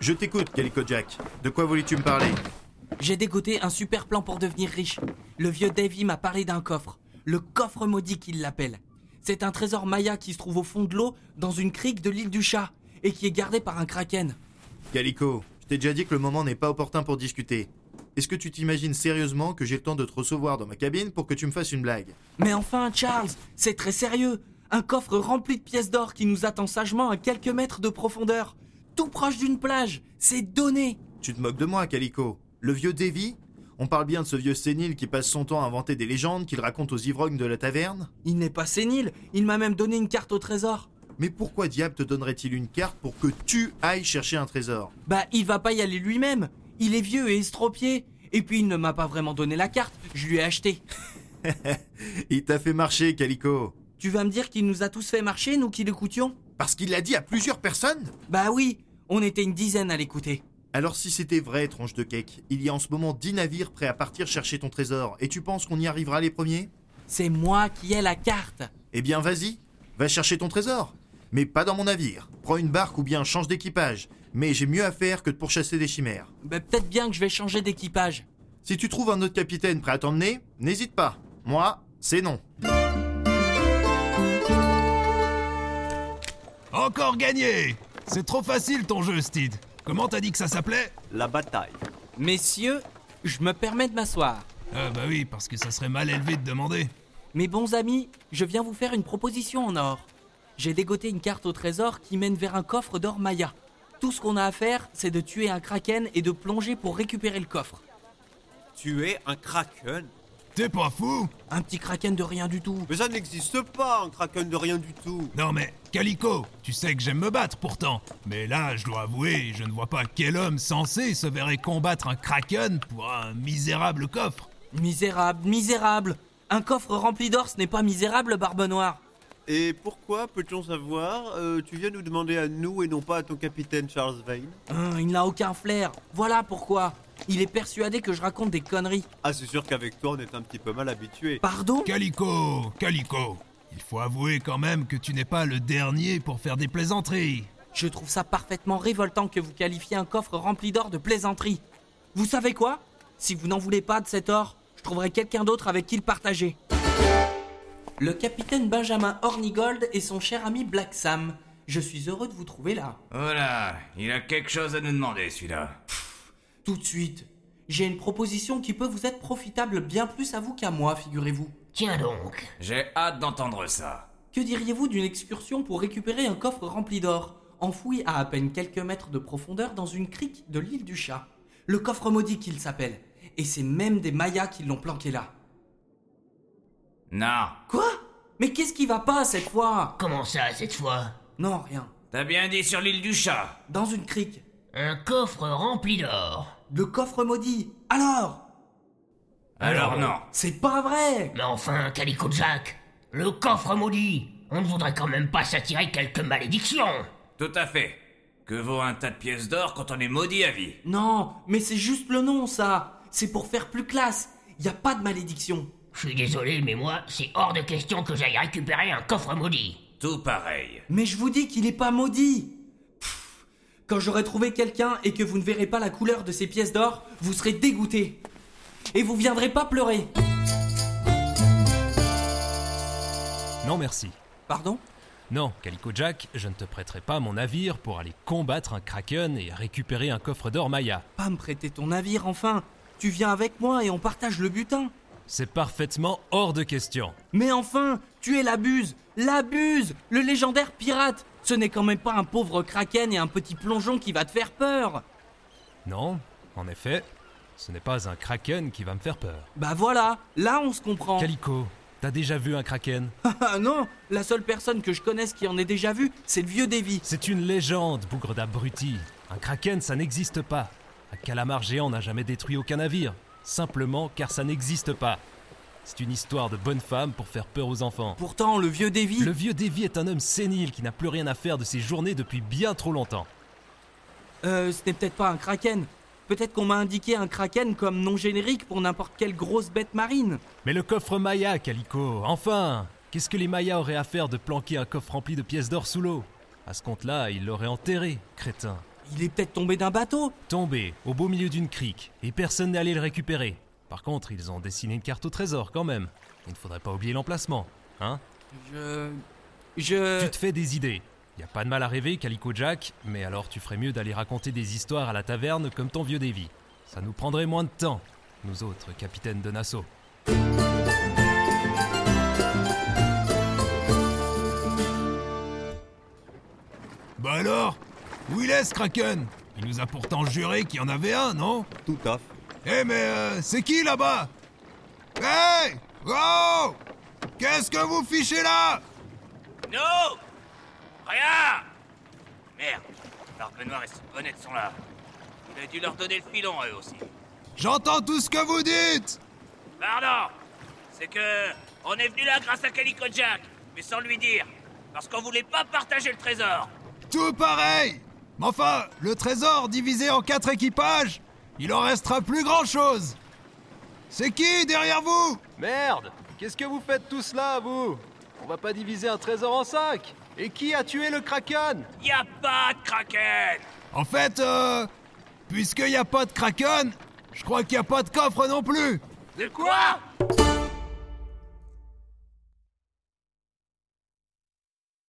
Je t'écoute, Calico Jack. De quoi voulais-tu me parler J'ai dégoté un super plan pour devenir riche. Le vieux Davy m'a parlé d'un coffre. Le coffre maudit qu'il l'appelle. C'est un trésor maya qui se trouve au fond de l'eau, dans une crique de l'île du chat, et qui est gardé par un kraken. Calico, je t'ai déjà dit que le moment n'est pas opportun pour discuter. Est-ce que tu t'imagines sérieusement que j'ai le temps de te recevoir dans ma cabine pour que tu me fasses une blague Mais enfin, Charles, c'est très sérieux. Un coffre rempli de pièces d'or qui nous attend sagement à quelques mètres de profondeur. Tout proche d'une plage. C'est donné. Tu te moques de moi, Calico Le vieux Davy On parle bien de ce vieux sénile qui passe son temps à inventer des légendes qu'il raconte aux ivrognes de la taverne Il n'est pas sénile. Il m'a même donné une carte au trésor. Mais pourquoi diable te donnerait-il une carte pour que tu ailles chercher un trésor Bah, il va pas y aller lui-même. Il est vieux et estropié. Et puis, il ne m'a pas vraiment donné la carte. Je lui ai acheté. Il t'a fait marcher, Calico Tu vas me dire qu'il nous a tous fait marcher, nous qui l'écoutions Parce qu'il l'a dit à plusieurs personnes Bah oui, on était une dizaine à l'écouter. Alors si c'était vrai, tronche de cake, il y a en ce moment 10 navires prêts à partir chercher ton trésor, et tu penses qu'on y arrivera les premiers C'est moi qui ai la carte. Eh bien vas-y, va chercher ton trésor Mais pas dans mon navire Prends une barque ou bien change d'équipage, mais j'ai mieux à faire que de pourchasser des chimères. Bah, peut-être bien que je vais changer d'équipage. Si tu trouves un autre capitaine prêt à t'emmener, n'hésite pas. Moi, c'est non. Encore gagné C'est trop facile ton jeu, Steed. Comment t'as dit que ça s'appelait La bataille. Messieurs, je me permets de m'asseoir. Ah bah oui, parce que ça serait mal élevé de demander. Mes bons amis, je viens vous faire une proposition en or. J'ai dégoté une carte au trésor qui mène vers un coffre d'or Maya. Tout ce qu'on a à faire, c'est de tuer un kraken et de plonger pour récupérer le coffre. Tuer un kraken T'es pas fou Un petit kraken de rien du tout. Mais ça n'existe pas, un kraken de rien du tout. Non mais, Calico, tu sais que j'aime me battre pourtant. Mais là, je dois avouer, je ne vois pas quel homme censé se verrait combattre un kraken pour un misérable coffre. Misérable, misérable. Un coffre rempli d'or, ce n'est pas misérable, Barbe Noire. Et pourquoi, peut-on savoir, euh, tu viens nous demander à nous et non pas à ton capitaine Charles Vane Hein, il n'a aucun flair. Voilà pourquoi. Il est persuadé que je raconte des conneries. Ah, c'est sûr qu'avec toi, on est un petit peu mal habitué. Pardon Calico, Calico, il faut avouer quand même que tu n'es pas le dernier pour faire des plaisanteries. Je trouve ça parfaitement révoltant que vous qualifiez un coffre rempli d'or de plaisanterie. Vous savez quoi Si vous n'en voulez pas de cet or, je trouverai quelqu'un d'autre avec qui le partager. Le capitaine Benjamin Hornigold et son cher ami Black Sam. Je suis heureux de vous trouver là. Voilà, il a quelque chose à nous demander celui-là. Tout de suite. J'ai une proposition qui peut vous être profitable bien plus à vous qu'à moi, figurez-vous. Tiens donc. J'ai hâte d'entendre ça. Que diriez-vous d'une excursion pour récupérer un coffre rempli d'or, enfoui à à peine quelques mètres de profondeur dans une crique de l'île du chat Le coffre maudit qu'il s'appelle. Et c'est même des Mayas qui l'ont planqué là. Non, Quoi Mais qu'est-ce qui va pas cette fois Comment ça cette fois Non, rien. t'as bien dit sur l'île du chat. Dans une crique. Un coffre rempli d'or. Le coffre maudit. Alors Alors non. C'est pas vrai Mais enfin, Calico Jack, le coffre maudit. On ne voudrait quand même pas s'attirer quelques malédictions. Tout à fait. Que vaut un tas de pièces d'or quand on est maudit à vie Non, mais c'est juste le nom ça. C'est pour faire plus classe. Y a pas de malédiction. Je suis désolé, mais moi, c'est hors de question que j'aille récupérer un coffre maudit. Tout pareil. Mais je vous dis qu'il est pas maudit. Pff, Quand j'aurai trouvé quelqu'un et que vous ne verrez pas la couleur de ses pièces d'or, vous serez dégoûté. Et vous viendrez pas pleurer. Non merci. Pardon Non, Calico Jack, je ne te prêterai pas mon navire pour aller combattre un kraken et récupérer un coffre d'or Maya. Pas me prêter ton navire enfin. Tu viens avec moi et on partage le butin. C'est parfaitement hors de question. Mais enfin, tu es la buse, la buse, le légendaire pirate. Ce n'est quand même pas un pauvre kraken et un petit plongeon qui va te faire peur. Non, en effet, ce n'est pas un kraken qui va me faire peur. Bah voilà, là on se comprend. Calico, t'as déjà vu un kraken Ah non, la seule personne que je connaisse qui en ait déjà vu, c'est le vieux Davy. C'est une légende, bougre d'abruti. Un kraken, ça n'existe pas. Un calamar géant n'a jamais détruit aucun navire, simplement car ça n'existe pas. C'est une histoire de bonne femme pour faire peur aux enfants. Pourtant, le vieux Davy. Le vieux Davy est un homme sénile qui n'a plus rien à faire de ses journées depuis bien trop longtemps. Euh, ce n'est peut-être pas un kraken. Peut-être qu'on m'a indiqué un kraken comme nom générique pour n'importe quelle grosse bête marine. Mais le coffre Maya, Calico, enfin Qu'est-ce que les Mayas auraient à faire de planquer un coffre rempli de pièces d'or sous l'eau À ce compte-là, ils l'auraient enterré, crétin. Il est peut-être tombé d'un bateau. Tombé au beau milieu d'une crique et personne n'est allé le récupérer. Par contre, ils ont dessiné une carte au trésor quand même. Il ne faudrait pas oublier l'emplacement, hein Je. Je. Tu te fais des idées. Y a pas de mal à rêver, Calico Jack, mais alors tu ferais mieux d'aller raconter des histoires à la taverne comme ton vieux Davy. Ça nous prendrait moins de temps, nous autres, capitaines de Nassau. Bah alors Où il est ce Kraken Il nous a pourtant juré qu'il y en avait un, non Tout à fait. Eh mais euh, c'est qui là-bas Hey Oh Qu'est-ce que vous fichez là Non Rien Merde, Barbe Noire et cette bonnette sont là. Il a dû leur donner le filon, eux aussi. J'entends tout ce que vous dites Pardon C'est que. On est venu là grâce à Calico Jack, mais sans lui dire. Parce qu'on voulait pas partager le trésor. Tout pareil Mais enfin, le trésor divisé en quatre équipages, il en restera plus grand-chose C'est qui derrière vous Merde Qu'est-ce que vous faites tous là, vous On va pas diviser un trésor en cinq Et qui a tué le Kraken Y a pas de kraken En fait, euh, puisqu'il n'y a pas de Kraken, je crois qu'il n'y a pas de coffre non plus De quoi